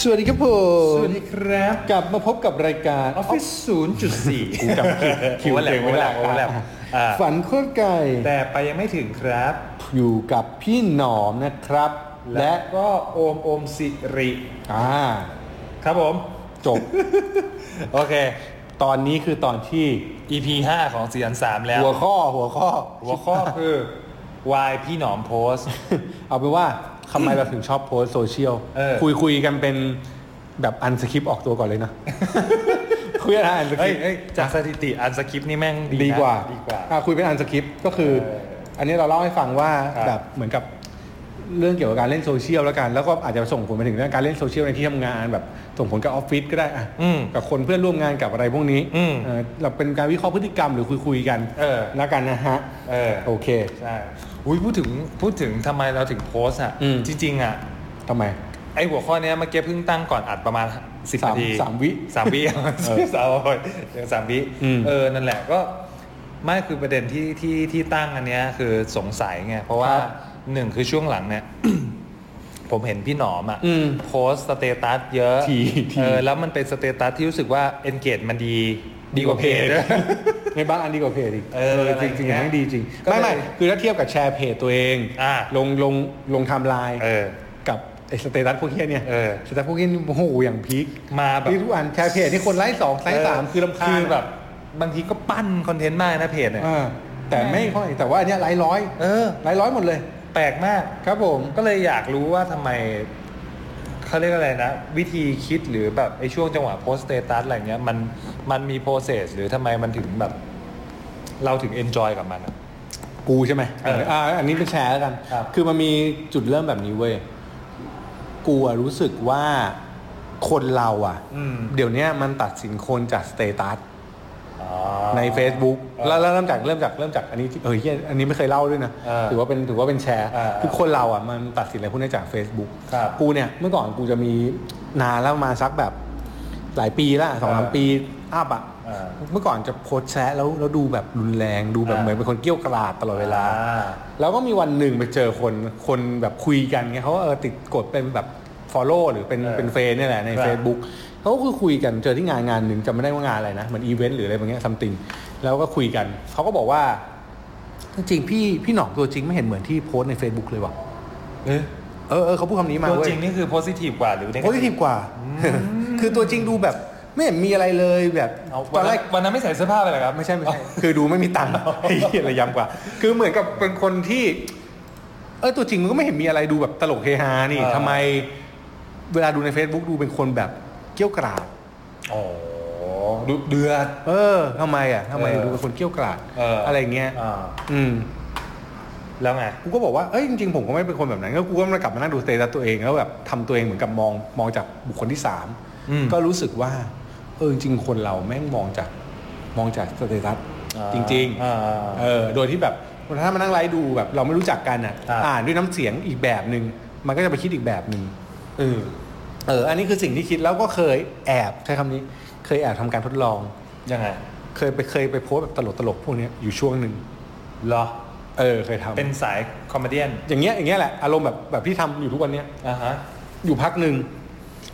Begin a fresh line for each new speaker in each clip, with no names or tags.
สวัสดีครับผม
สวัสดีครับ
กลับมาพบกับรายการ
ออฟฟิศ 0.4กูจำผิด คิว
โอเวอร์แลปโอ
เต็มไม่ได้โอ
เว
เว
อร์
อร์
แล
แล
ป
ปอ่า
ฝันโคตรไก่
แต่ไปยังไม่ถึงครับ
อยู่กับพี่หนอมนะครับ และ
และก็โอมโอมสิริ
อ่า
ครับผม
จ บ
โอเค
ตอนนี้คือตอนที่
EP 5 ของสีอันสามแล้ว
หัวข้อหัวข้อ
หัวข้อคือ Why พี่หนอมโพสต์
เอาเป็นว่าทำไมเราถึงชอบโพสต์โซเชียล
เออ
คุยคุยกันเป็นแบบอันสคริปต์ออกตัวก่อนเลยนะ คุยกันอันสค
เฮ้
ริ
ย
ปต์
เฮ้ยจากสถิติอันสคริปต์นี่แม่งนะ
ดีกว่า
ดีกว่า
อ่ะคุยเป็นอันสคริปต์ก็คือ
เออ
อันนี้เราเล่าให้ฟังว่า
ครับ
แบบเหมือนกับเรื่องเกี่ยวกับการเล่นโซเชียลแล้วกันแล้วก็อาจจะส่งผลไปถึงเรื่องการเล่นโซเชียลในที่ทำงานแบบส่งผลกับออฟฟิศก็ได้อ่ะ
อืม
กับคนเพื่อนร่วมงานกับอะไรพวกนี้
อืม
เออเราเป็นการวิเคราะห์พฤติกรรมหรือคุยคุยๆกัน
เออ
แล้วกันนะฮะ
เออ
โอเค
ใช่อุ้ยพูดถึงพูดถึงทำไมเราถึงโพสต์อ่ะ
อืม
จริงๆอ่ะ
ทำไม
ไอหัวข้อเนี้ยเมื่อกี้เพิ่งตั้งก่อนอัดประมาณสิบ
สาม
นาที
สามวิ
สามวิ สามอย่างสามวิ
อืม
เออนั่นแหละก็ไม่คือประเด็นที่ที่ที่ตั้งอันเนี้ยคือสงสัยไงเพราะว่า
ครับ
หนึ่งคือช่วงหลังเนี่ย ผมเห็นพี่หนอมอ่ะ
อืม
โพสต์สเตตัสเยอะ
ทีที
เออแล้วมันเป็นสเตตัสที่รู้สึกว่า engage มันดีดีกว่าเพจ
ในบ้านอันดีกว่าเพจอีก
เอออะไร
จ
อย่าง
ริงๆอย่า
เงี้ย
งนั้นดีจริง
ก็เลย
ไม่ไม่คือถ้าเทียบกับแชร์เพจตัวเอง
อ่า
ลงลงลงไทำลาย
เออ
กับไอ้สเตตัสพวกเฮียเนี่ย
เออ
สเตตัสพวกเฮียนี่โอ้โหอย่างพีค
มาแบบ
ที่ทุกอันแชร์เพจที่คนไลค์สองไลค์สามคือลำคาญ
คือแบบบางทีก็ปั้นคอนเทนต์มากนะเพจเนี่ย
อ่าแต่ไม่ค่อยแต่ว่าอันเนี้ยไลค์ร้อย
เออ
ไลค์ร้อยหมดเลย
แปลกมาก
ครับผม
ก็เลยอยากรู้ว่าทำไมเขาเรียกอะไรนะ วิธีคิดหรือแบบไอ้ช่วงจังหวะโพสเตตัสอะไรเงี้ยมันมันมีโปรเซสหรือทำไมมันถึงแบบ เราถึงเอนจอยกับมันอะ
กูใช่ไหม
เอออ่
าอันนี้เป็นแชร์แล้วกัน
ครับ
อมันมีจุดเริ่มแบบนี้เว้ย กูอะรู้สึกว่าคนเราอ่ะ
อืม
เดี๋ยวเนี้ยมันตัดสินคนจากสเตตัส ใน Facebook แล้วแล้วเริ่มจากเริ่มจากเริ่มจากอันนี้ที่เฮ้ยเหี้ยอันนี้ไม่เคยเล่าด้วยนะ
เออ
ถือว่าเป็นถือว่าเป็นแชร์
เออเออ
คือคนเราอ่ะมันตัดสินอะไรพวกนี้จาก Facebook
ครับ
กูเนี่ยเมื่อก่อนกูจะมีนานแล้วประมาณสักแบบหลายปีละสองสาม
เออ
ปีอัพอ่ะ
เออ
เมื่อก่อนจะโพสต์แชร์แล้วแล้วดูแบบรุนแรงดูแบบ
เออ
เหมือนเป็นคนเกรี้ยวกราดตลอดเวลา
อ่
แล้วก็มีวันหนึ่งไปเจอคนคนแบบคุยกันไงเขาก็เออติดกดเป็นแบบ follow หรือเป็น
เออ
เป็นเฟนเนี่ยแหละใน
ครับ
Facebook เขาก็คือคุยกันเจอที่งานงานหนึ่งจำไม่ได้ว่างานอะไรนะเหมือนอีเวนต์หรืออะไรบางอย่างซัมติงแล้วก็คุยกัน เขาก็บอกว่า จริงๆพี่พี่หนองตัวจริงไม่เห็นเหมือนที่โพสต์ใน Facebook เลยว่ะ
เอ๊ะ
เออเออเขาพูดคำนี้มา
ตัว
เว้
จ
ย
ริงนี่คือโพสิทีฟกว่าหรือ negative
โพสิทีฟกว่า คือตัวจริงดูแบบ ไม่เห็นมีอะไรเลยแบบ
เอา
ต
วั
อน นแร
นั้
ก
นวันนั้นไม่ใส่เสื้อผ้าไปเหรอครับ
ไม่ใช่ไม่ใช่ คือดูไม่มีตังค์ ไอ้เหี้ยระยำกว่า คือเหมือนกับเป็นคนที่ เออตัวจริงมันก็ไม่เห็นมีอะไรดูแบบตลกเฮฮานี่
เออ
ทำไม เวลาดูใน Facebook ดูเป็นคนแบบเกี้ยวกราด
อ๋อดุเดือด
เออทำไมอ่ะทำไม
เออ
ดูเป็นคนเกี้ยวกราด
เอออ
อะไรเงี้ย
อ่า
อืม
แล้วไง
กูก็บอกว่าเอ้ยจริงๆผมก็ไม่เป็นคนแบบนั้นก็กูก็มากลับมานั่งดูสเตตัสตัวเองแล้วแบบทำตัวเองเหมือนกับมองมองจากบุคคลที่สาม
อืม
ก็รู้สึกว่า เออจริงๆคนเราแม่งมองจากมองจากสเตตัสจริง ๆ
า
เออ โดยที่แบบถ้ามานั่งไลฟ์ดูแบบเราไม่รู้จักกันอ่ะ
ครับ
อ่านด้วยน้ำเสียงอีกแบบหนึ่งมันก็จะไปคิดอีกแบบหนึ่ง
เออ
เออ อันนี้คือสิ่งที่คิดแล้วก็เคยแอบใช้คำนี้ เคยแอบทำการทดลอง
ยังไง
เคยไปเคยไปโพสต์แบบตลกๆพวกเนี้ยอยู่ช่วงหนึ่ง
เหรอ
เออเคยทำ
เป็นสายคอมเมดี้
อย่างเงี้ยอย่างเงี้ยแหละอารมณ์แบบแบบที่ทำอยู่ทุกวันเนี้ย
อ่าฮะ
อยู่พักหนึ่ง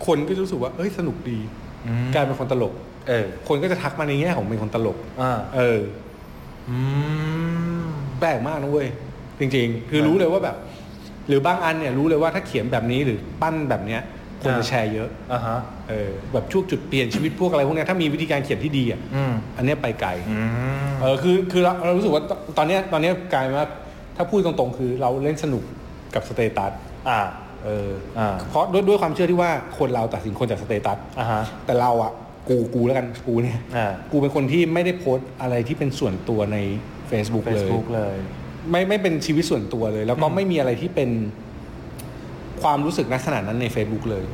คนก็รู้สึกว่าเอ้ยสนุกดี
อืม
กลายเป็นคนตลก
เออ
คนก็จะทักมาในแง่ของเป็นคนตลก
อ่า
เออ
อืม
แปลกมากนะเว้ยจริงๆ คือ
ครับ
รู้เลยว่าแบบ หรือบางอันเนี่ยรู้เลยว่าถ้าเขียนแบบนี้หรือปั้นแบบเนี้ยคน
ครั
จะ
บ
แชร์เยอะ
อ่าฮะ
เออแบบช่วงจุดเปลี่ยนชีวิตพวกอะไรพวกเนี้ยถ้ามีวิธีการเขียนที่ดีอ่ะ
อืม
อันเนี้ยไปไกล
อืม
เออคือคือเราเรารู้สึกว่าตตอนเนี้ยตอนเนี้ยกลายเป็นว่าถ้าพูดตรงๆ คือเราเล่นสนุกกับสเตตัส
อ่า
เออ
อ่า
เพราะด้วยด้วยความเชื่อที่ว่าคนเราตัดสินคนจากสเตตัส
อ่าฮะ
แต่เราอ่ะกูกูแล้วกันกูเนี่ย
อ่า
กูเป็นคนที่ไม่ได้โพสต์อะไรที่เป็นส่วนตัวใน Facebook เลย
Facebook เลย
ไม่ไม่เป็นชีวิตส่วนตัวเลย แล้วก็
อืม
ไม่มีอะไรที่เป็นความรู้สึกณขนาดนั้นใน Facebook เลย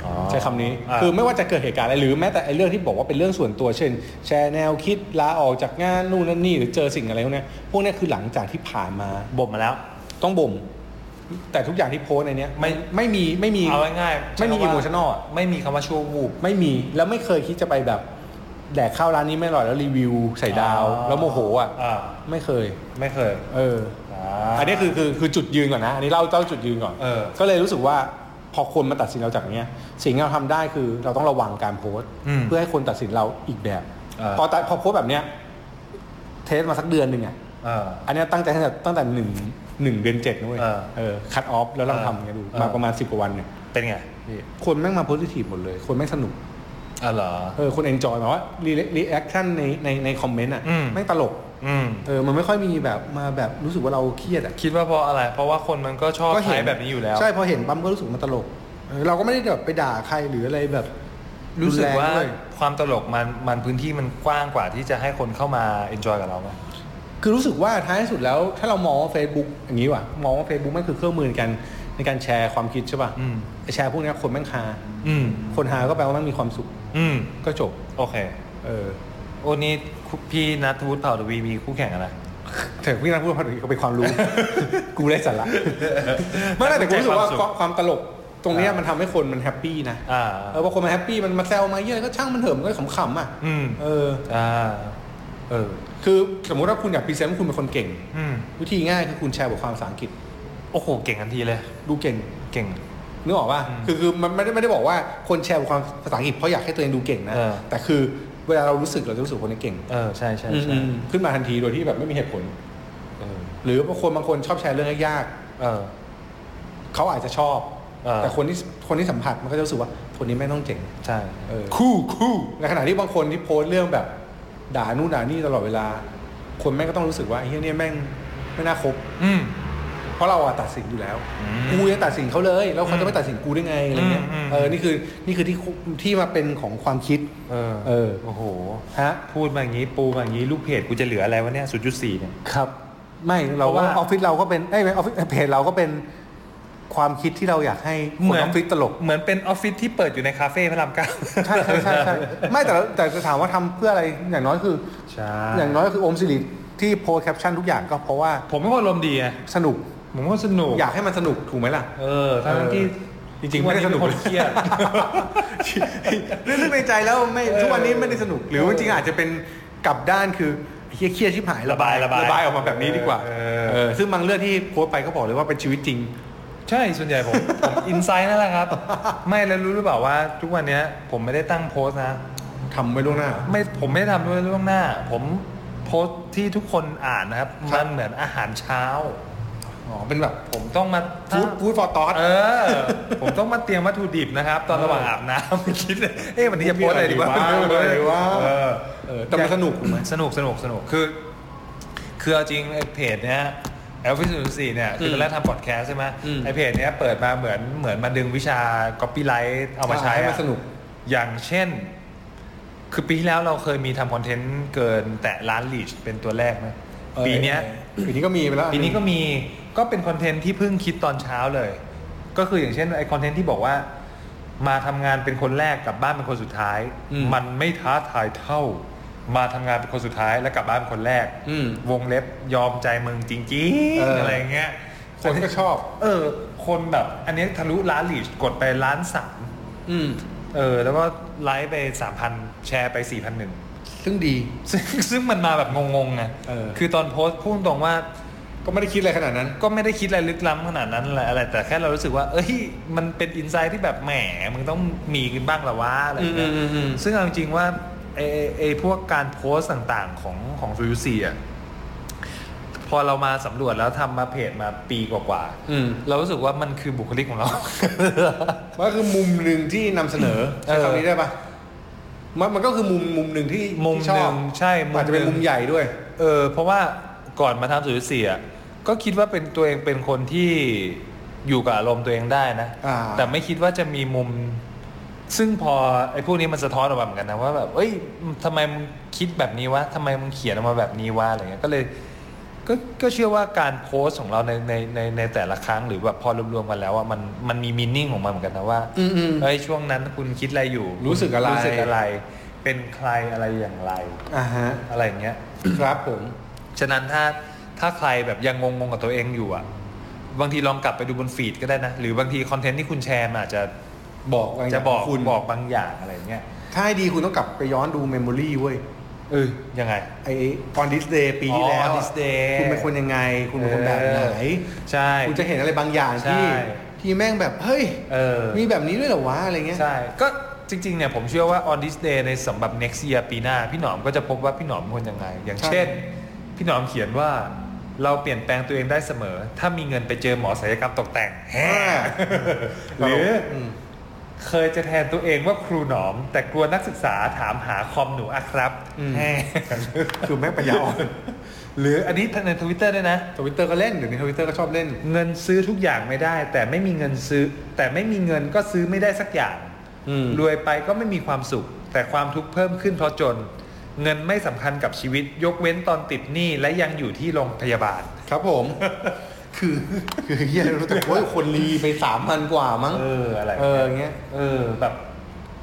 อ อ๋อ
ใช้คำนี้
อ่า
คือไม่ว่าจะเกิดเหตุการณ์อะไรหรือแม้แต่ไอ้เรื่องที่บอกว่าเป็นเรื่องส่วนตัวเช่น แชร์แนวคิดลาออกจากงานนู่นนั่นนี่หรือเจอสิ่งอะไรพวกเนี้ยพวกเนี้ยคือหลังจากที่ผ่านมา
บ่มมาแล้ว
ต้องบ่ม แต่ทุกอย่างที่โพสต์ในเนี้ย
ไม่
ไม่มีไม่มี
เอาง่าย
ไม่มี
ๆใช้คำว่า
emotional อะ
ไม่มีคำว่าชั่ววูบ
ไม่มีแล้วไม่เคยคิดจะไปแบบ แดกข้าวร้านนี้ไม่อร่อยแล้วรีวิวใส่ดาว
อ๋อ
แล้วโมโหอ่ะ
อ่า
ไม่เคย
ไม่เคย
เออ
า
อันนี้คือคือคือจุดยืนก่อนนะ อันนี้เล่าเล่าจุดยืนก่อน
เออ
ก็เลยรู้สึกว่าพอคนมาตัดสินเราจากเนี้ย สิ่งที่เราทำได้คือเราต้องระวังการโพสต์
อืม
เพื่อให้คนตัดสินเราอีกแบบ
เออ
พอตัดพอโพสต์แบบเนี้ยเทสมาสักเดือนหนึ่งอ่ะ
เออ
อันเนี้ยตั้งใจตั้งแต่ตั้งแต่หนึ่งหนึ่งเดือนเจ็ดนะเว้ย
เออ
เออคัดออฟแล้วลองทำอย่างเงี้ยดู
เออ
มาประมาณสิบกว่าวันเนี่ย
เป็นไง
คนแม่งมาโพสิทีฟหมดเลย คนแม่งสนุก
อ๋อเหรอ
เออคนเอนจอยหมายว่ารีแอคชั่นในในในคอมเมนต์อ่ะ
อืม
ไม่งตลก
อืม
เออมันไม่ค่อยมีแบบมาแบบรู้สึกว่าเราเครียดอ่ะ
คิดว่าเพราะอะไร เพราะว่าคนมันก็ชอบใช้แบบนี้อยู่แล้ว
ใช่พอเห็นปั๊มก็รู้สึกมันตลกเออเราก็ไม่ได้แบบไปด่าใครหรืออะไรแบบ
รู้สึกว่า
แงด้วย
ความตลกมันมันพื้นที่มันกว้างกว่าที่จะให้คนเข้ามา enjoy กับเราไหม
คือรู้สึกว่าท้ายสุดแล้วถ้าเรามองว่า Facebook อย่างนี้ว่ะมองว่า Facebook มันคือเครื่องมือในการในการแชร์ความคิดใช่ป่ะ
อืม
ไอ้แชร์พวกเนี้ยคนแม่งฮา
อืม
คนฮาก็แปลว่าแมันมีความสุข
อืม
ก็จบ
โอเค
เออ
โอ้นี่คุณพี่นัทวุฒิเผ่าทวีมีคู่แข่งอะไร
แต่พี่นันพูดพอดีก็เป็นความ รู้ กูได้สาระ ไม่ไม่แต่กูรู้สึกว่าความความตลกตรงเนี้ย
อ่ามั
มันทำให้คนมันแฮปปี้นะ
อ่า
เออพอคนมันแฮปปี้มันมาแซวมาเยอะก็ช่างมันเถอะมันก็ขำๆอ่ะ
อืม
เออ
อ่า
เออ คือสมมุติว่าคุณอยากพรีเซนต์ว่าคุณเป็นคนเก่ง
อืม
วิธีง่ายคือคุณแชร์บทความภาษาอังกฤษ
โอ้โห เก่งทันทีเลย
ดูเก่ง
เก่ง
นึกออกป่ะ
อืม
คือคือมันไม่ได้ไม่ได้บอกว่าคนแชร์บทความภาษาอังกฤษเพราะอยากให้ตัวเองดูเก่งนะ
เออ
แต่คือเวลาเรารู้สึกเราจะรู้สึกคนนี้เก่ง
เออ ใช่ใช่ใช่
อืมขึ้นมาทันทีโดยที่แบบไม่มีเหตุผล
เออ
หรือบางคนบางคนชอบแชร์เรื่องยากๆ
เออ
เขาอาจจะชอบ
เออ
แต่คนที่คนที่สัมผัสมันก็จะรู้สึกว่าคนนี้ไม่งต้องเจ๋ง
ใช่
เออ
คู่คู่
ในขณะที่บางคนที่โพสต์เรื่องแบบ ด่านู่นด่านี่ตลอดเวลา คนแม่งก็ต้องรู้สึกว่าไอ้เฮียเนี่ยแม่งไม่น่าคบ
อืม
เพราะเราอะตัดสินอยู่แล้ว
อืม
กูยังตัดสินเขาเลย แล้วเขาจะไม่ตัดสินกูได้ไงอะไรเงี้ย
อืมอืม
เออนี่คือนี่คือที่ที่มาเป็นของความคิด
เออ
เออ
โอ้โห
ฮะ
พูดมาอย่างนี้ปูมาอย่างนี้ลูกเพจกูจะเหลืออะไรวะเนี่ยศูนย์จุดสี่เนี่ย
ครับ ไม่เรา
เพราะ
ว่า
ว่า
ออฟฟิศเราก็เป็นไอ้ยไม่ออฟฟิศเพจเราก็เป็นความคิดที่เราอยากให้คน
เหมื
อ
อน
อฟฟิศตลก
เหมือนเป็นออฟฟิศที่เปิดอยู่ในคาเฟ่พระรามเก้า
ใช่ใช่ใช่ใช่ไม่แต่แต่จะถามว่าทำเพื่ออะไรอย่างน้อยคือ
ใช่
อย่างน้อยก็คือโอมสิริที่โพสแคปชั่นทุกอย่างก็เพราะว่า
ผมเป็นคนอารมณ์ดีไง
สนุก
ผมก็สนุก
อยากให้มันสนุกถูกไหมล่ะ
เออทั้งๆที่
จริงๆไม่ได้สนุก
ทุวัเป็นคนเครียด
เรื่องในใจแล้วไม่
เออ
ทุกวันนี้ไม่ได้สนุก หรือ
เออ
จริงๆอาจจะเป็นกลับด้านคือเครียดเครียดชิบหาย
ระบายระบาย
ระบายออกมาแบบนี้ดีกว่า
เออ
เออซึ่งบางเรื่องที่โพสไปก็บอกเลยว่าเป็นชีวิตจริง
ใช่ส่วนใหญ่ผมผมอินไซต์นั่นแหละครับ ไม่แล้วรู้หรือเปล่าว่า ทุกวันเนี้ยผมไม่ได้ตั้งโพสต์นะ
ทำไม่ล่วงหน้า
ไม่ผมไม่ได้ทำด้วยล่วงหน้า ผมโพสต์ที่ทุกคนอ่านนะครับ
ครับ
มันเหมือนอาหารเช้า
อ๋อเป็นแบบ
ผมต้องมา
ฟู้ดฟู้ดฟอร์ตอส
เออ ผมต้องมาเตรียมวัตถุดิบนะครับ ตอนระหว่างอาบน้ำ คิดเลยเอ๊ะวันนี้จะโพสต์อะไรดีวะ
มีอะไรดีวะมีอะไรดีวะ
เออ
เออแต่มันสนุกถูกไหม
สนุกสนุกสนุกคือ คือเอาจริงไอ้เพจเนี้ยเอลฟิสูนสี่เนี่ยคือตอนแรกทำพอดแคสต์ใช่ไหม
อืม
ไอ้เพจเนี้ยเปิดมาเหมือนเหมือนมาดึงวิชา copyright เอามาใช้
อ่าให้มัน
อะ
สนุก
อย่างเช่น คือปีที่แล้วเราเคยมีทำคอนเทนต์เกินแตะล้านลีชเป็นตัวแรกไหมปีเนี้ย
เออปีนี้ก็มีไปแล้ว
ปีนี้ก็มีก็เป็นคอนเทนต์ที่เพิ่งคิดตอนเช้าเลย ก็คืออย่างเช่นไอคอนเทนต์ที่บอกว่า มาทำงานเป็นคนแรกกลับบ้านเป็นคนสุดท้าย
อืม
มันไม่ท้าทายเท่า มาทำงานเป็นคนสุดท้ายแล้วกลับบ้านเป็นคนแรก
อืม
วงเล็บยอมใจมึงจริง
เออ
ๆ
อ
อะไรอย่างเงี้ย
คนก็ชอบ
เออ คนแบบ อันนี้ทะลุล้านลีชกดไปล้านสาม
อืม
เออ แล้วก็ไลค์ไปสามพันแชร์ไปสี่พันหนึ่ง
ซึ่งดี
ซึ่งซึ่งมันมาแบบงงๆไง
เออ
คือตอนโพสต์พูดตรงว่า
ก็ไม่ได้คิดอะไรขนาดนั้น
ก็ไม่ได้คิดอะไรลึกล้ำขนาดนั้นอะไรอะไร แต่แค่เรารู้สึกว่า เอ้ย มันเป็นอินไซต์ที่แบบแหมมึงต้องมีกันบ้างละวะอะไรอย่างเงี้ย
อืมอืมอืม
ซึ่งเอาจริงๆว่าไอไอ้ไอพวกการโพสต์ต่างๆของของซูยูซีอ่ะพอเรามาสำรวจแล้วทำมาเพจมาปีกว่า
อืม
ๆเรารู้สึกว่ามันคือบุคลิกของเรา
มันก็คือมุมหนึ่งที่นำเสนอ
เอ
ใช้
อ
คำนี้ได้ปะมันมันก็คือมุมมุมหนึ่งที่
มุม
ที่ชอบ
หนึ่งใช่มุม
อาจจะเป็น
หนึ่
มุ
ง
มใหญ่ด้วย
เออเพราะว่าก่อนมาทำสูตรเสียก็คิดว่าเป็นตัวเองเป็นคนที่อยู่กับอารมณ์ตัวเองได้นะ
อ่า
แต่ไม่คิดว่าจะมีมุม ซึ่งพอไอ้พวกนี้มันสะท้อนออกมาเหมือนกันนะว่าแบบเอ้ยทำไมมึงคิดแบบนี้วะทำไมมึงเขียนออกมาแบบนี้วะอะไรเงี้ยก็เลย ก็ก็เชื่อว่าการโพสต์ของเราในในในในแต่ละครั้งหรือแบบพอรวมๆกันแล้วอ่ะมันมันมีมินิ่งของมันเหมือนกันนะว่า
อืมอืม
เอ้ยช่วงนั้นคุณคิดอะไรอยู่
รู้สึกอะไร
รู้สึกอะไร เป็นใครอะไรอย่างไร
อ่าฮะ
อะไรอย่างเงี้ย
ครับผม
ฉะนั้นถ้าถ้าใครแบบยังงงงๆกับตัวเองอยู่อ่ะ บางทีลองกลับไปดูบนฟีดก็ได้นะ หรือบางทีคอนเทนต์ที่คุณแชร์มันอาจจะ
บอกอะไร
จะบอก
คุณ
บอกบางอย่างอะไรเงี้ย
ถ้าให้ดีคุณต้องกลับไปย้อนดูเมมโมรีเว้ย
เออยังไง
ไอ on this day ปีที่แล้ว
อ๋อ
อะ
On This Day
คุณเป็นคนยังไง คุณเป็นคนแบบไหน
เออใช่
คุณจะเห็นอะไรบางอย่าง
ใช่
ที่ ที่แม่งแบบ เฮ้ย
เออ
มีแบบนี้ด้วยเหรอวะ อะไรเงี้ย
ใช่ ก็จริงๆเนี่ยผมเชื่อว่า on this day ในสำหรับ next year ปีหน้า พี่หนอมก็จะพบว่าพี่หนอมเป็นคนยังไง อย่าง
ใช่
เช่น พี่หนอมเขียนว่าเราเปลี่ยนแปลงตัวเองได้เสมอ ถ้ามีเงินไปเจอหมอศัลยกรรมตกแต่งแฮะหรือ
ม
เคยจะแทนตัวเองว่าครูหนอม แต่กลัวนักศึกษาถามหาคอมหนูอะครับแฮะ
คือแม่งปัญญาอ่อน
หรืออันนี้ในทวิตเตอร์ด้วยนะ
ทวิตเตอร์ก็เล่นเดี๋ยวนี้ทวิตเตอร์ก็ชอบเล่น
เงินซื้อทุกอย่างไม่ได้ แต่ไม่มีเงินซื้อ แต่ไม่มีเงินก็ซื้อไม่ได้สักอย่าง
อืม
รวยไปก็ไม่มีความสุข แต่ความทุกข์เพิ่มขึ้นเพราะจน เงินไม่สำคัญกับชีวิต ยกเว้นตอนติดหนี้และยังอยู่ที่โรงพยาบาล
ครับผม คือ คือเฮียรู้แต่ว่าคนรีไปสามพันกว่ามั้ง
เอออะไร
เออเงี้ย
เออแบบ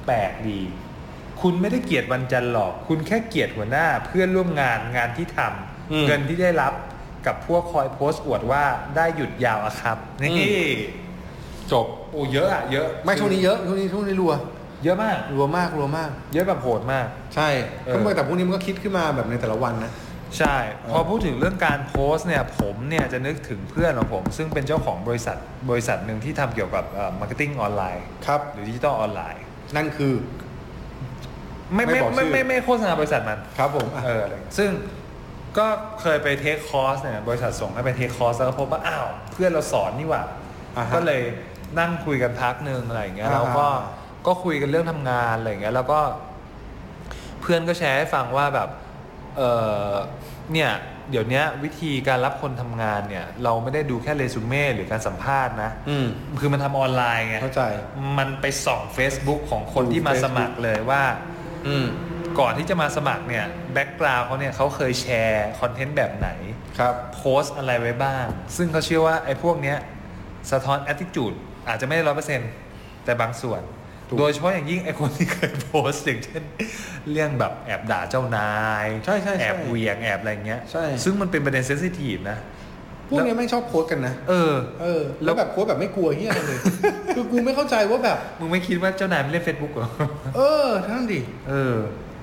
แปลกดี คุณไม่ได้เกลียดวันจันทร์หรอก คุณแค่เกลียดหัวหน้าเพื่อนร่วมงานงานที่ทำ
อืม
เงินที่ได้รับกับพวกคอยโพสต์อวดว่าได้หยุดยาวอะครับนี่
อืม จบ
โอ้เยอะอะเยอะ
ไม่ช่วงนี้เยอะช่วงนี้ช่วงนี้รัว
เยอะมาก
รัวมากรัวมาก
เยอะแบบโหดมาก
ใช่
เออ
ก็เมื่อแต่พวกนี้มันก็คิดขึ้นมาแบบในแต่ละวันนะ
ใช่ พอพูดถึงเรื่องการโพสต์เนี่ย ผมเนี่ยจะนึกถึงเพื่อนของผม ซึ่งเป็นเจ้าของบริษัทบริษัทหนึ่งที่ทำเกี่ยวกับมาร์เก็ตติ้งออนไลน์
ครับ
หรือดิจิตอลออนไลน์
นั่นคือ
ไม่
ไม่
ไม่
บอกชื่
ไม่
อ
ไม่ไม่โฆษณาบริษัทมัน
ครับผมอ่ะ
เอออะไรเงี้ยซึ่งก็เคยไปเทคคอร์สเนี่ยบริษัทส่งให้ไปเทคคอร์สแล้วก็พบว่า อ้าว เพื่อนเราสอนนี่หว่า
อ่ะฮะ
ก็เลยนั่งคุยกันพักหนึ่งอะไรอย่างเงี้ย
อ่า
แล้วก็
อ่า
ก็คุยกันเรื่องทำงานอะไรอย่างเงี้ยแล้วก็เพื่อนก็แชร์ให้ฟังว่าแบบเออเนี่ยเดี๋ยวเนี้ยวิธีการรับคนทำงานเนี่ย เราไม่ได้ดูแค่เรซูเม่หรือการสัมภาษณ์นะ
อืม
คือมันทำออนไลน์ไง
เข้าใจ
มันไปส่อง Facebook ของคนที่มาสมัครเลยว่า
อืม
ก่อนที่จะมาสมัครเนี่ยแบ็กกราวเขาเนี่ยเขาเคยแชร์คอนเทนต์แบบไหน
ครับ
โพสต์อะไรไว้บ้าง ซึ่งเขาเชื่อว่าไอ้พวกเนี้ยสะท้อนแอ t ติจูดอาจจะไม่ได้ร้อยเปอร์เซ็นต์แต่บางส่วน
ถูก
โดยเฉพาะอย่างยิ่งไอ้คนที่เคยโพสต์อย่างเช่น เรื่องแบบแอบด่าเจ้านาย
ใช่ใช่ใช่
แอบเหวียงแอบอะไรเงี้ย
ใช่
ซึ่งมันเป็นประเด็นเซนซิทีฟนะ
พวกเนี้ยแม่งชอบโพสต์กันนะ
เออ
เออ แล้วแบบโพสต์แบบไม่กลัวเฮียอะไร เลย คือกูไม่เข้าใจว่าแบบ
มึงไม่คิดว่าเจ้านายไม่เล่น Facebook เหรอ
เออท่านดิ
เออ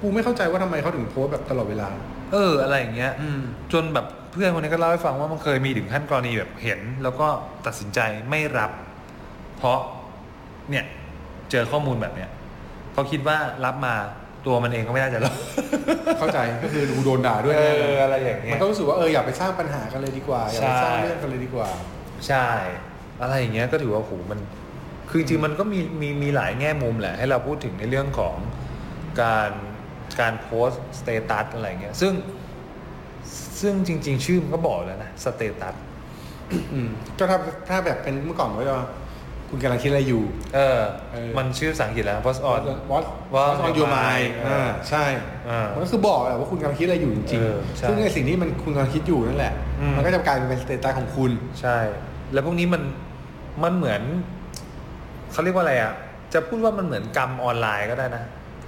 กูไม่เข้าใจว่าทำไมเขาถึงโพสต์แบบตลอดเวลา
เอออะไรอย่างเงี้ย
อืม
จนแบบเพื่อนคนนี้ก็เล่าให้ฟังว่ามันเคยมีถึงขั้นกรณีแบบเห็น แล้วก็ตัดสินใจไม่รับ เพราะเนี่ยเจอข้อมูลแบบเนี้ยเพราะคิดว่ารับมาตัวมันเองก็ไม่น่าจะรอด
เข้าใจ ก็คือกูโดนด่าด้วย
เอ
แน่เล
อย อะไรอย่างเงี้
มัน
ย
ก็รู้สึกว่าเอออย่าไปสร้างปัญหากันเลยดีกว่า อย่าไป
ใช่
สร้างเรื่องกันเลยดีกว่า
ใช่ อะไรอย่างเงี้ยก็ถือว่าโหมัน คือจริงๆมันก็มีมีมีหลายแง่มุมแหละ ให้เราพูดถึงในเรื่องของการการโพสต์สเตตัสอะไรเงี้ยซึ่งซึ่งจริง ๆ ชื่อมันก็บอกแล้วนะสเตตัส
อืมก็ถ้าถ้าแบบเป็นเมื่อก่อนก็จะว่าคุณกำลังคิดอะไรอยู่
เออ
เออ
มันชื่อภาษาอังกฤษแล้ว what's on
what
What's
what's
on
on
your
your
mind
mind อ่าใช่
อ่ามั
มันก็คือบอกแหละว่าคุณกำลังคิดอะไรอยู่จริง
เออใช่
ๆ ซึ่งในสิ่งที่มันคุณกำลังคิดอยู่นั่นแหละ
อืม
มันก็จะกลายเป็นสเตตัสของคุณ
ใช่ แล้วพวกนี้มันมันเหมือนเขาเรียกว่าอะไรอ่ะ จะพูดว่ามันเหมือนกรรมออนไลน์ก็ได้นะ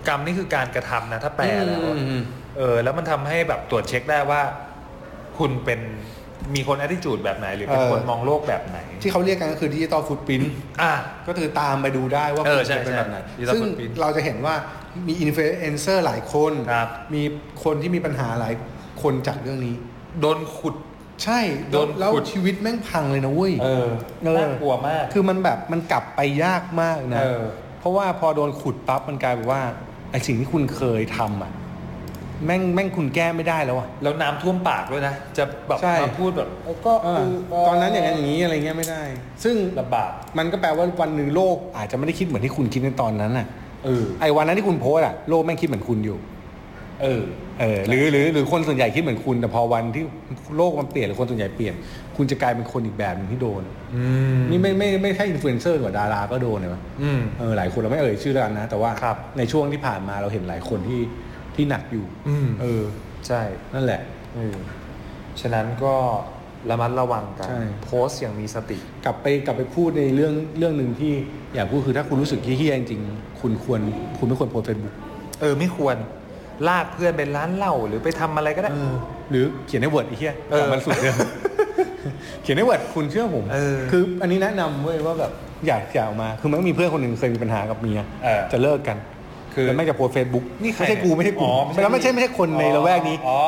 กรรมนี่คือการกระทำนะ ถ้าแปลแล้วอะ
อืม
เออ แล้วมันทำให้แบบตรวจเช็คได้ว่า คุณเป็นมีคน attitude แบบไหน หรือเป็นคนมองโลกแบบไหน
ที่เขาเรียกกันก็คือดิจิตอลฟุตพิ้น
อ่ะ
ก็คือตามไปดูได้ว่า
เออ
คุณ
ใช่
จะเป็น
ใช่
แบบไหน
Digital
ซึ่ง
Footprint
เราจะเห็นว่ามีอินฟลูเอนเซอร์หลายคน
ครับ
มีคนที่มีปัญหาหลายคนจากเรื่องนี้
โดนขุด
ใช่
โดน
แล้ว
ขุด
ชีวิตแม่งพังเลยนะเว้ย
เออ
เออ
น่ากลัวมาก
คือมันแบบมันกลับไปยากมากนะ
เออ
ราะว่าพอโดนขุดปั๊บมันกลายเป็นว่าไอสิ่งที่คุณเคยทำอ่ะแม่งแม่งคุณแก้ไม่ได้แล้วอ่ะ
แล้วน้ำท่วมปากด้วยนะ จะแบบ
ใช่
มาพูดแบบเออก็
เออตอนนั้นอย่างนั้นอย่างนี้อะไรเงี้ยไม่ได้ ซึ่ง
ลำบาก
มันก็แปลว่าวันหนึ่งโลกอาจจะไม่ได้คิดเหมือนที่คุณคิดในตอนนั้นอ่ะ
เออ
ไอ้วันนั้นที่คุณโพสต์อะโลกแม่งคิดเหมือนคุณอยู่
เออ
เออหรือหรือหรือคนส่วนใหญ่คิดเหมือนคุณ แต่พอวันที่โลกมันเปลี่ยนหรือคนส่วนใหญ่เปลี่ยน คุณจะกลายเป็นคนอีกแบบหนึงที่โดน
อืม
นี่ไม่ไม่ไม่ใช่อินฟลูเอนเซอร์กว่าดาราก็โดนเลยมั้ย
อืม
เออหลายคนเราไม่เอ่ยชื่อแล้วกันนะ แต่ว่า
ครับ
ในช่วงที่ผ่านมาเราเห็นหลายคนที่ที่หนักอยู่
อืม
เออ
ใช่
นั่นแหละ
เออ ฉะนั้นก็ระมัดระวังกัน
ใช่
โพสต์อย่างมีสติ
กลับไปกลับไปพูดในเรื่องเรื่องหนึ่งที่อยากพูดคือถ้าคุณรู้สึกเฮี้ยๆจริงๆคุณควรคุณไม่ควรโพสเฟซบุ๊ก
เออไม่ควรลากเพื่อนไปร้านเหล้าหรือไปทำอะไรก็ได้
หรือเขียนในเวิร์ดไอ้เฮี้ย
เออก
ลับมันสุดเดิ ม เขียนในเวิร์ดคุณเชื่อผม
เออ
คืออันนี้แนะนำเว้ยว่าแบบอยากอยากออกมาคือมันก็มีเพื่อนคนหนึ่งเคยมีปัญหากับเมีย
เออ
จะเลิกกัน
คือ
แล้วไม่งจะโพสเฟซบุ๊ก
นี่ใคร
ไม่ใช่กูไม่ใช่กู
อ๋อไม่ใช่
แล้วไม่ใช่ไม่ใช่คนในละแวกนี้
อ๋อ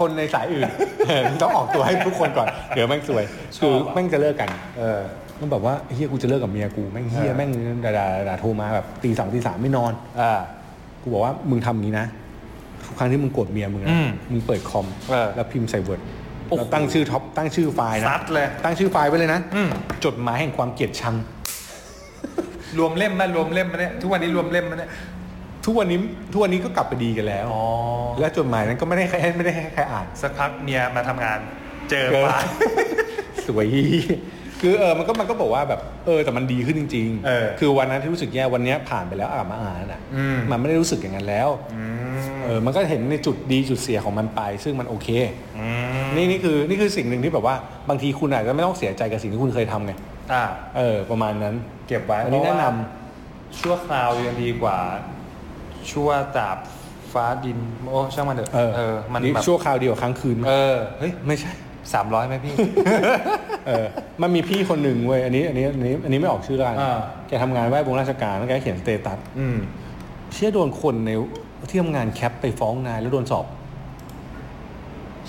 คนในสาย อื่น เออต้องออกตัวให้ทุกคนก่อนเดี๋ยวแม่งสวย
ช
คือ อบ
อะ
แม่งจะเลิกกัน
เออ
มันแบบว่าเฮียกูจะเลิกกับเมียกูแม่งเฮีย
เออ
แม่งด่าด่าด่าโทรมาแบบตีสองตีสามไม่นอน
อ่า
กูบอกว่ามึงทำอย่างนี้นะทุกครั้งที่มึงโกรธเมียมึง
อื
นะ
ม
มึงเปิดคอม
เออ
แล้วพิมพ์ใส่เวิร์ด
โอ้โห
แล้วตั้งชื่อท็อปตั้งชื่อไฟล์นะ
ซัดเลย
ตั้งชื่อไฟล์ไว้เลยนะ
อืม
จดหมายแห่งความเกลียดชัง
รวมเล่มมารวมเล่มมาเนี่ยทุกวันนี้รวมเล่มมาเนี่ย
ทุกวันนี้ทุกวันนี้ก็กลับไปดีกันแล้ว
อ๋อ
และจดหมายนั้นก็ไม่ได้ใครไม่ได้ให้ใครอ่าน
สักพักเมียมาทำงานเจอ
เจอ
ปล า
สวย คือเออมันก็มันก็บอกว่าแบบเออแต่มันดีขึ้นจริง
เออ
คือวันนั้นที่รู้สึกแย่วันเนี้ยผ่านไปแล้วอ่านมาอ่านอ่ะ
อืม
มันไม่ได้รู้สึกอย่างนั้นแล้ว
อืม
เออ มันก็เห็นในจุดดีจุดเสียของมันไป ซึ่งมันโอเค
อืม
นี่นี่คือนี่คือสิ่งหนึ่งที่แบบว่าบางทีคุณอาจจะไม่ต้องเสียใจกับสิ่งที่คุณเคยทำไง
อ่า
เออ ประมาณนั้น
เก็บไว้
อัน
เพ
นี้
ราะ
แนะ
ว่าน
ำ
ชั่วคราวยังดีกว่า ชั่วตราบฟ้าดิน โอ้ช่างมันเถอะ
เออ
มัน
นี่
แบบ
ชั่วคราวเดียวค้างคืนไหม
เออเฮ้ย
ไม่ใช่
สามร้อยไหม พี่
เออ มันมีพี่คนหนึ่งเว้ย อันนี้ อันนี้ อันนี้ อันนี้ไม่ออกชื่อแล้วกัน
อ่า
แกทำงานไหว้วงราชการแล้วแกเขียนสเตตัส
อืม
เชื่อโดนคนในที่ทำงานแคปไปฟ้องนายแล้วโดนสอบ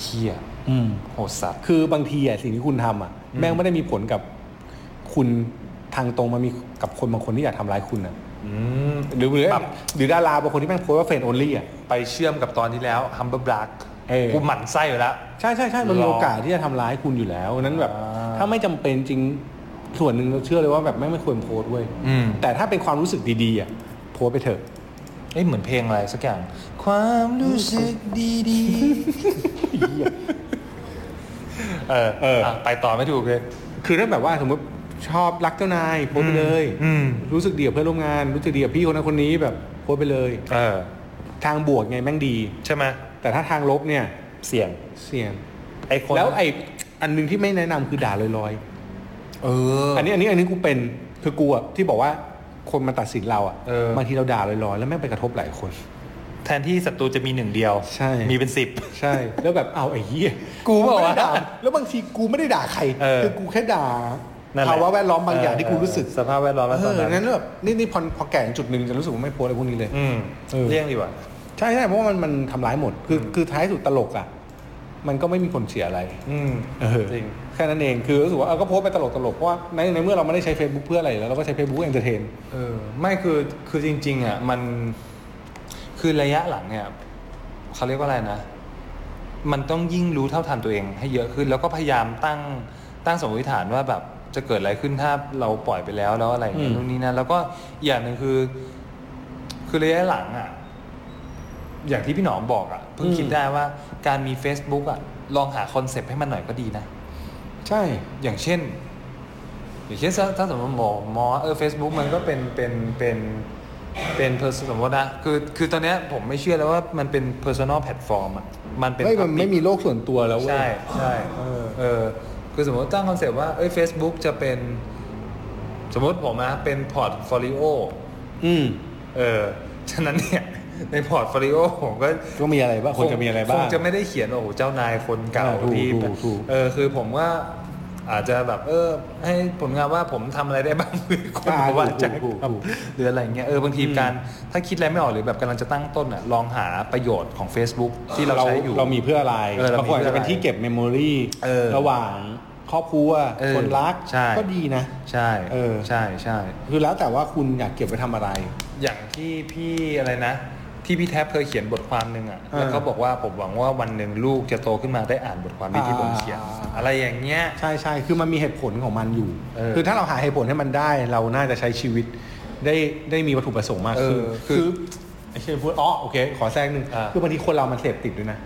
เฮีย
อืม
โหดสัตว์
คือบางทีอะสิ่งที่คุณทำอะแม่งไม่ได้มีผลกับคุณทางตรงมันมีกับคนบางคนที่อยากทำร้ายคุณอะ
อืม
หรือหรือ
แบบ
หรือดาราบางคนที่แม่งโพสต์ว่าเฟนโอลี่อ่ะ
ไปเชื่อมกับตอนที่แล้ว Humble Black
เออ
กูหมั่นไส้อยู่แล้ว
ใช่ใช่ใช่มัน
หร
มี
อ
โอกาสที่จะทำร้ายคุณอยู่แล้วนั้นแบบ
อ่า
ถ้าไม่จำเป็นจริงส่วนหนึ่งเราเชื่อเลยว่าแบบแม่งไม่ควรโพสต์เว้ย
อืม
แต่ถ้าเป็นความรู้สึกดีๆอ่ะโพสต์ไปเถอะ
เอ้ยเหมือนเพลงอะไรสักอย่าง ความรู้สึกดีๆ เออเออ ไปต่อไม่ถูกเลย
คือถ้าแบบว่าสมมติชอบรักเจ้านายโพสต์ไปเลย
อืม
รู้สึกดีกับเพื่อนร่วมงาน รู้สึกดีกับพี่คนนั้นคนนี้แบบโพสต์ไปเลย
เออ
ทางบวกไงแม่งดี
ใช่ไหม
แต่ถ้าทางลบเนี่ย
เสี่ยง
เสี่ยง
ไอ้คน
แล้วไออันหนึงที่ไม่แนะนำคือด่าลอยๆ
เออ
อันนี้อันนี้อันนี้กูเป็นคือกูอะที่บอกว่าคนมาตัดสินเราอะ
เออ
บางทีเราด่าลอยๆแล้วแม่งไปกระทบหลายคน
แทนที่ศัตรูจะมีหนึ่งเดียว
ใช่
มีเป็นสิบ
ใช่ แล้วแบบเอาไอ้เหี้ย
กูเปล่าวะ
ไม่ได้ด่แล้วบางทีกูไม่ได้ด่าใคร
เออ
คือกูแค่ด่า
นั่นแหละ
ภาวะแวดล้อมบางอย่างที่กูรู้สึก
เออสภาพแวดล้อมและ
เอ
ตอ
อ
นนั้น
งั้นแบบนี่นี่พอพอแก่ถึงจุดหนึ่งจะรู้สึกว่าไม่โพสอะไรพวกนี้เลย
อืม
เออ
เลี่ยงดีกว่า
ใช่ใช่เพราะว่ามันมันทำร้ายหมดคือคือท้ายสุดตลกอะมันก็ไม่มีผลเสียอะไร
อืม
เออ
จริง
แค่นั้นเองคือรู้สึกว่าเออก็โพสต์ไปตลกตลกๆเพราะว่าในในเมื่อเราไม่ได้ใช้ Facebook เพื่ออะไรอยู่แล้วเราก็ใช้ Facebook เอนเตอร์เทน
เออไม่คือคือจริง ๆอ่ะมันคือระยะหลังเนี่ยเขาเรียกว่าอะไรนะ มันต้องยิ่งรู้เท่าทันตัวเองให้เยอะขึ้น แล้วก็พยายามตั้งตั้งสมมติฐานว่าแบบจะเกิดอะไรขึ้นถ้าเราปล่อยไปแล้วแล้วอะไรอย่างเงี้ย
อืม
นู่นนี่นั่นแล้วก็อีกอย่างหนึ่งคือ คือระยะหลังอ่ะ อย่างที่พี่หนอมบอกอ่ะเพิ่งคิดได้ว่าการมี Facebook อ่ะลองหาคอนเซปต์ให้มันหน่อยก็ดีนะ
ใช่
อย่างเช่น อย่างเช่นถ้าถ้าสมมติหมอหมอเออเฟซบุ๊กมันก็เป็นเป็นเป็นเป็นเพอร์สมมตินะคือคือตอนเนี้ยผมไม่เชื่อแล้วว่ามันเป็นเพอร์ซันอลแพลตฟอร์มอ่ะ มันเป็น
เฮ้ยมัน
public
ไม่มีโลกส่วนตัวแล้วเว้ย
ใช่ใช่
เออ
เออคือสมมติตั้งคอนเซปต์ว่าเอ้ย Facebook จะเป็น สมมติผมนะเป็นพอร์ตโฟลิโอ
อืม
เออฉะนั้นเนี่ย ในพอร์ตโฟลิโอผมก็
ก็มีอะไรบ้างคนจะมีอะไรบ้าง
คงจะไม่ได้เขียนว่าโอ้โหเจ้านายคนเก่า
อ่าถูก
ที่
ถูกถูก
เออคือผมว่าอาจจะแบบเออ ให้ผลงานว่าผมทำอะไรได้บ้าง เพื่อคนมาว่าจ้างครับหรืออะไรเงี้ยเออบางทีการถ้าคิดอะไรไม่ออกหรือแบบกำลังจะตั้งต้นอ่ะลองหาประโยชน์ของ Facebook ที่เราใช้อยู่
เรามีเพื่ออะไร
เออเรา
บาง
มี
คนอาจจะเป็นที่เก็บเมมโมรี
เออ
ระหว่างครอบครัว
เออ
คนรัก
ใช่
ก็ดีนะ
ใช่
เออ
ใช่ใช่
คือแล้วแต่ว่าคุณอยากเก็บไว้ทำอะไร
อย่างที่พี่อะไรนะ ที่พี่แทบเคยเขียนบทความหนึ่งอะ่ะ
เออ
แล้วก็บอกว่าผมหวังว่าวันหนึ่งลูกจะโตขึ้นมาได้อ่านบทความนี้ที่ผมเขียน
อ่า
อะไรอย่างเงี้ย
ใช่ใช่คือมันมีเหตุผลของมันอยู่
เออ
คือถ้าเราหาเหตุผลให้มันได้ เราน่าจะใช้ชีวิตได้ได้มีวัตถุประสงค์มากขึ้น
เออคือ
คือไอ้เชฟพูดอ๋อโอเค ขอแทรกหนึ่ง
อ่า
คือบางทีคนเรามันเสพติดด้วยนะ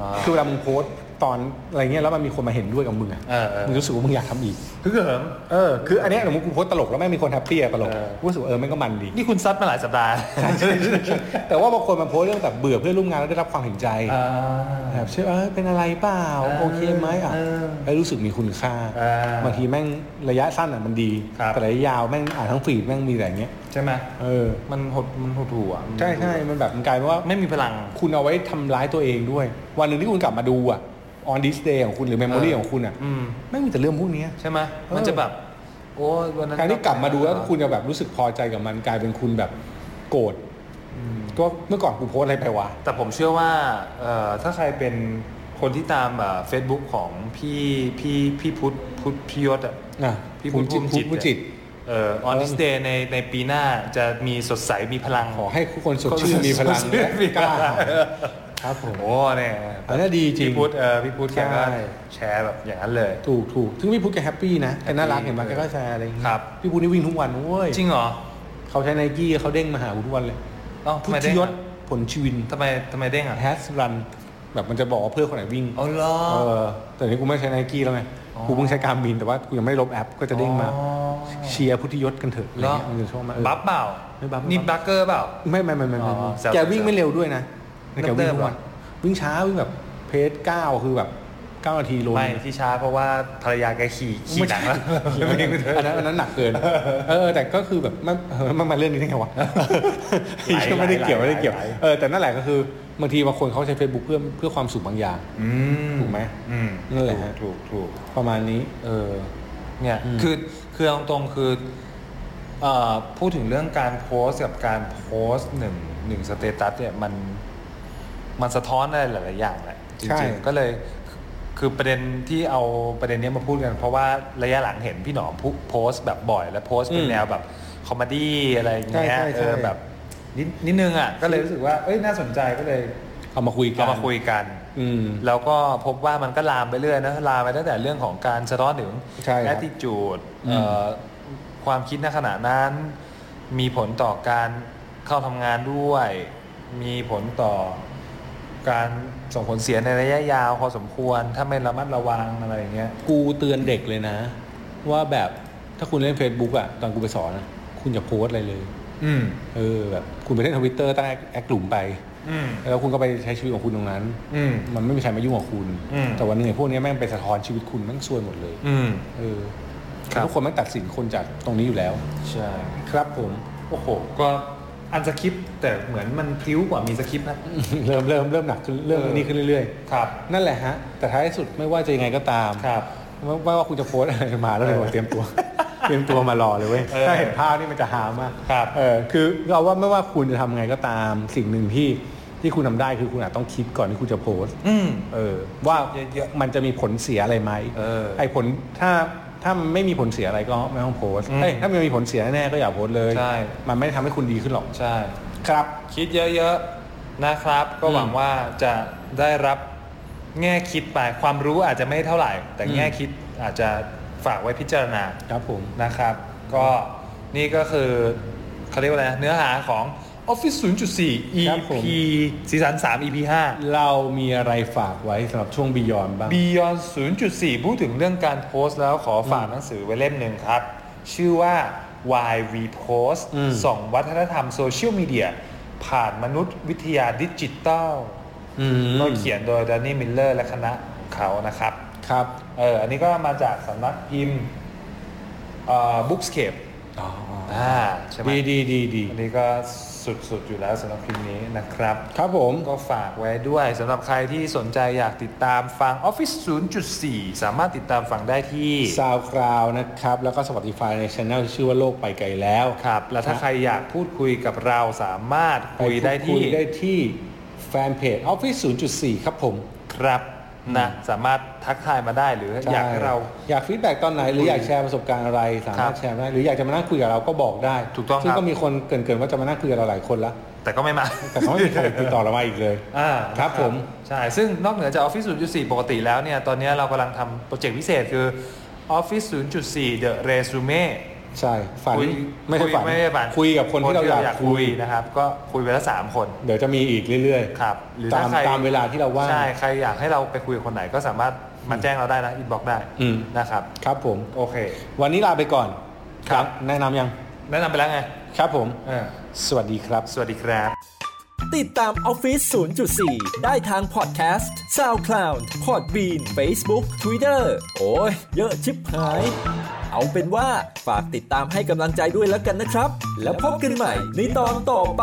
อ่า
คือเวลามึงโพสต์ ตอนอะไรเงี้ยแล้วมันมีคนมาเห็นด้วยกับมึงอะ
เออเออ
มึงรู้สึกว่ามึงอยากทำอีก
คือเหิม
เออคืออันเนี้ยสมมติกูโพสต์ตลกแล้วแม่งมีคนแฮปปี้อะตลก
เออ
กูรู้สึกว่าเออแม่งก็มันดี
นี่คุณซัดมาหลายสัปดาห์
แต่ว่าบางคนมาโพสต์เรื่องแบบเบื่อเพื่อนร่วมงานแล้วได้รับความเห็นใจ
อ่า
แบบเช่นเอ้ยเป็นอะไรเปล่า
เออ
โอเคไหมอ่ะ
เออ
ไอ้รู้สึกมีคุณค่า
เออบ
างทีแม่งระยะสั้นอ่ะมันดี
ครับ
แต่ระยะยาวแม่งอ่านทั้งฟีดแม่งมีแต่อย่างเงี้ย
ใช่ไหม
เออ
มันหดมันหดหูอ่ะ
ใช่ใช่มันแบบมันกลายเป็นว่า
ไม่มีพลัง
คุณเอาไว้ทำร้ายตัวเองด้วย วันหนึ่งที่คุณกลับมาดูอ่ะ on this day ของคุณหรือ memory
เออ
ของคุณอ่ะ
อืม
ไม่งมีแต่เรื่องพวกเนี้ย
ใช่ไหม
เออ
มันจะแบบ โอ้วันนั้น
การที่กลับมาดูแล้วคุณจะแบบรู้สึกพอใจกับมันกลายเป็นคุณแบบโกรธก็เมื่อก่อนกูโพสต์อะไรไปวะ
แต่ผมเชื่อว่าเอ่อถ้าใครเป็นคนที่ตามเฟซบุ๊กของพี่พี่พี่พุทธพุทธพิยศอะ
อ่ะ
พี่พุทธ
ภูมิจิต
ภู
ภู
มิ
มิ
จิ
จิ
ต
ต
เอ่อ on this day ในในปีหน้าจะมีสดใสมีพลัง
ขอให้ทุกคนสดชื่นมีพลัง
สดชื่น
และ
มี
ก
พ
ล้า
ลัง
หาญครับผม
โอ้เนี่ย
อันนี้ดีจริง
พี่พุทธเอ่อพี่พุทธแกก็
ใช่
แชร์แบบอย่างนั้นเลย
ถูกถูกซึ่งพี่พุทธแกแฮปปี้นะแกน่ารัก
happy
เห็นไหมแกก็แชร์อะไรอย่างเงี้ย
ครับ
พี่พุทธนี่วิ่งทุกวันเว้ย
จริงเหรอ
เขาใช้ไนกี้เขาเด้งมาหากูทุกวันเลย
เอ้าทำ
พุท
ไม
ธ
เด้ง
ยศ
อะ
ผลชีวิน
ทำไมทำไมเด้งอ่ะ
แฮสรันแบบมันจะบอกว่าเพื่อนคนไหนวิ่ง
อ๋อเหรอ
เออแต่นี่กูไม่ใช้ไนกี้แล้วไง
อ๋อ
กูเพิ่งใช้การบินแต่ว่ากูยังไม่ได้ลบแอปก็จะเด้งมา
อ๋อ
เชียร์พุทธยศกันเถอะอะไร
เหรอ
เงี้ยมันจะชอบมาเออ
บัฟเปล่า
ไม่บัฟไม่
นี่
บัฟ
บัคเกอร์เปล่า
ไม่ไม่ไม่ไม่
อ๋
ไม่
อ
ไม่
แซว
แก
แซว
วิ่งไม่เร็วด้วยนะแต่แกวิ่งทุก
เริ่มเดิม
วัน
เหร
วิ่งช้าวิ่งแบบเพจเก้าคือแบบเก้านาทีโล
ไม่
นึง
ที่ช้าเพราะว่าภรรยาแกขี่ขี่หนังแล้ว
ไม่ใช่อันนั้นอันนั้นหนักเกิน เออแต่ก็คือแบบมันเออมันมาเรื่องนี้ได้ไงวะไม่ได้เกี่ยวไม่ได้เกี่ยวเออแต่นั่นแหละก็คือบางทีบางคนเขาใช้ Facebook เพื่อเพื่อความสุขบางอย่าง
อืม
ถูกไหม
อืม
นั่นแหละฮะ
ถูกถูก
ประมาณนี้
เออเนี่ย
อืม
คือคือเอาตรงๆคือเอ่อพูดถึงเรื่องการโพสต์กับการโพสต์หนึ่งหนึ่งสเตตัสเนี่ยมันมันสะท้อนอะไรหลายๆอย่างแหละจริงๆก็เลยคือคือประเด็นที่เอาประเด็นเนี้ยมาพูดกัน เพราะว่าระยะหลังเห็นพี่หนอมพูโพสต์แบบบ่อย และโพสต์เป็นแนวแบบคอมเมดี้อะไรอย่างเงี้ย
ใช่ใช่ใช่
เออแบบนิดนิดนึงอ่ะก็เลยรู้สึกว่าเอ้ยน่าสนใจก็เลย
เอามาคุยกัน
เรามาคุยกัน
อืม
แล้วก็พบว่ามันก็ลามไปเรื่อยนะ ลามไปตั้งแต่เรื่องของการสะท้อนถึง
ใช่ครับ
attitude เอ่อความคิดณขณะนั้น มีผลต่อการเข้าทำงานด้วย มีผลต่อการส่งผลเสียในระยะยาวพอสมควร ถ้าไม่ระมัดระวังอะไรอย่างเงี้ย
กูเตือนเด็กเลยนะ ว่าแบบถ้าคุณเล่น Facebook อะตอนกูไปสอนอะคุณอย่าโพสต์อะไรเลย
อืม
เออแบบคุณไปเล่นทวิตเตอร์ตั้งแอคกลุ่มไป
อืม
แล้วคุณก็ไปใช้ชีวิตของคุณตรงนั้น
อืม
มันไม่มีใครมายุ่งกับคุณ
อืม
แต่วันหนึงไอ้พวกเนี้ยแม่งไปสะท้อนชีวิตคุณแม่งซวยหมดเลย
อืม
เออ
ครับ
ทุกคนแม่งตัดสินคนจากตรงนี้อยู่แล้ว
ใช่
ครับผม
โอ้โห ก็อันสคริปต์แต่เหมือนมันพลิ้วกว่ามีสคริปต์นะ
เริ่มเริ่มเริ่มหนักขึ้นเรื่องนี้ขึ้นเรื่อย
ครับ
ๆ นั่นแหละฮะ แต่ท้ายสุดไม่ว่าจะยังไงก็ตาม
ครับ
ไม่ไม่ว่าคุณจะโพสต์อะไรมาแล้วเลยบอกเตรียมตัว เตรียมตัวมารอเลยเว้ย
เออ
ถ้าเห็นภาพนี่มันจะหามาก
ครับ
เออคือเราว่าไม่ว่าคุณจะทำไงก็ตามสิ่งหนึ่งที่ที่คุณทำได้คือคุณอาจต้องคิดก่อนที่คุณจะโพสต์
อืม
เออว่า
เยอะ
มันจะมีผลเสียอะไรไหม
เออ
ไอ้ผลถ้าถ้ามันไม่มีผลเสียอะไรก็ไม่ต้องโพสต์
อืม
เอ้ยถ้ามันมีผลเสียแน่ๆก็อย่าโพสต์เลย
ใช่
มันไม่ได้ทำให้คุณดีขึ้นหรอก
ใช่
ครับ
คิดเยอะๆนะครับ ก็
อืม
หวังว่าจะได้รับแง่คิดไปความรู้อาจจะไม่เท่าไหร่ แต่
อืม
แง่คิดอาจจะฝากไว้พิจารณา
ครับผม
นะครับ ก็นี่ก็คือเขาเรียกว่าอะไรนะเนื้อหาของ Office 0.4 EP ซีซั่น3 EP 5
เรามีอะไรฝากไว้สำหรับช่วง Beyond บ้าง
Beyond 0.4 พูดถึงเรื่องการโพสต์แล้วขอฝากหนังสือไว้เล่มหนึ่งครับ ชื่อว่า Why We Post
อืม
ส่องวัฒนธรรมโซเชียลมีเดียผ่านมนุษยวิทยาดิจิตอล
อืม
ก็เขียนโดยด a นนี่มิลเลอร์และคณะเขานะครับ
ครับ
เออ อันนี้ก็มาจากสำนักพิมพ์บุ๊กสเคปอ่าใช่ไหม
ดีดีดีดี
อันนี้ก็สุดๆอยู่แล้วสำนักพิมพ์นี้นะครับ
ครับผม
ก็ฝากไว้ด้วยสำหรับใครที่สนใจอยากติดตามฟัง Office 0.4 สามารถติดตามฟังได้ที่
ซาวคลาวนะครับ แล้วก็ Spotify ในช anel ที่ชื่อว่าโลกไปไกลแล้ว
ครับ แล้วถ้าใครอยากพูดคุยกับเราสามารถ
ไป
คุยได้ที่
คุยได้ที่แฟนเพจ Office 0.4 ครับผม
ครับนะสามารถทักทายมาได้หรืออยากให้เรา
อยากฟีดแบ็ตอนไหน หรืออยากแชร์ประสบการณ์อะไร สา
ครั
มาร
บ
ถแชร์มาได้ หรืออยากจะมานั่งคุยกับเราก็บอกได้
ถูกต้อง
ซึ่ง
ครั
ก็
บ
มีคนเกรินๆว่าจะมานั่งคุยกับเราหลายคนละ
แต่ก็ไม่มา
แต่เขาไม่มีใครติดต่อเรามาอีกเลย
อ่า
ครับผม
ใช่ ซึ่งนอกเหนือจาก Office 0.4 ปกติแล้วเนี่ย ตอนนี้เรากำลังทำโปรเจกต์พิเศษคือ Office 0.4 The Resume
ใช่ฝัน
คุย
ไม่ใช่ฝัน
คุยไม่ใช่ฝัน
คุยกับคนที่เราอยากคุย
นะครับ ก็คุยไปละสามคน
เดี๋ยวจะมีอีกเรื่อย
ครับ
ตามตามเวลาที่เราว่าง
ใช่ใครอยากให้เราไปคุยกับคนไหนก็สามารถมาแจ้งเราได้นะอินบ็อกได้
อืม
นะครับ
ๆ ครับผม
โอเค
วันนี้ลาไปก่อน
ครับ
แนะนำยัง
แนะนำไปแล้วไง
ครับผม
เออ
สวัสดีครับ
สวัสดีครับ
ติดตามออฟฟิศ0.4 ได้ทางพอดแคสต์ SoundCloud Podbean Facebook Twitter โอ้ย เยอะชิบหาย เอาเป็นว่าฝากติดตามให้กำลังใจด้วยแล้วกันนะครับ แล้วพบกันใหม่ในตอนต่อไป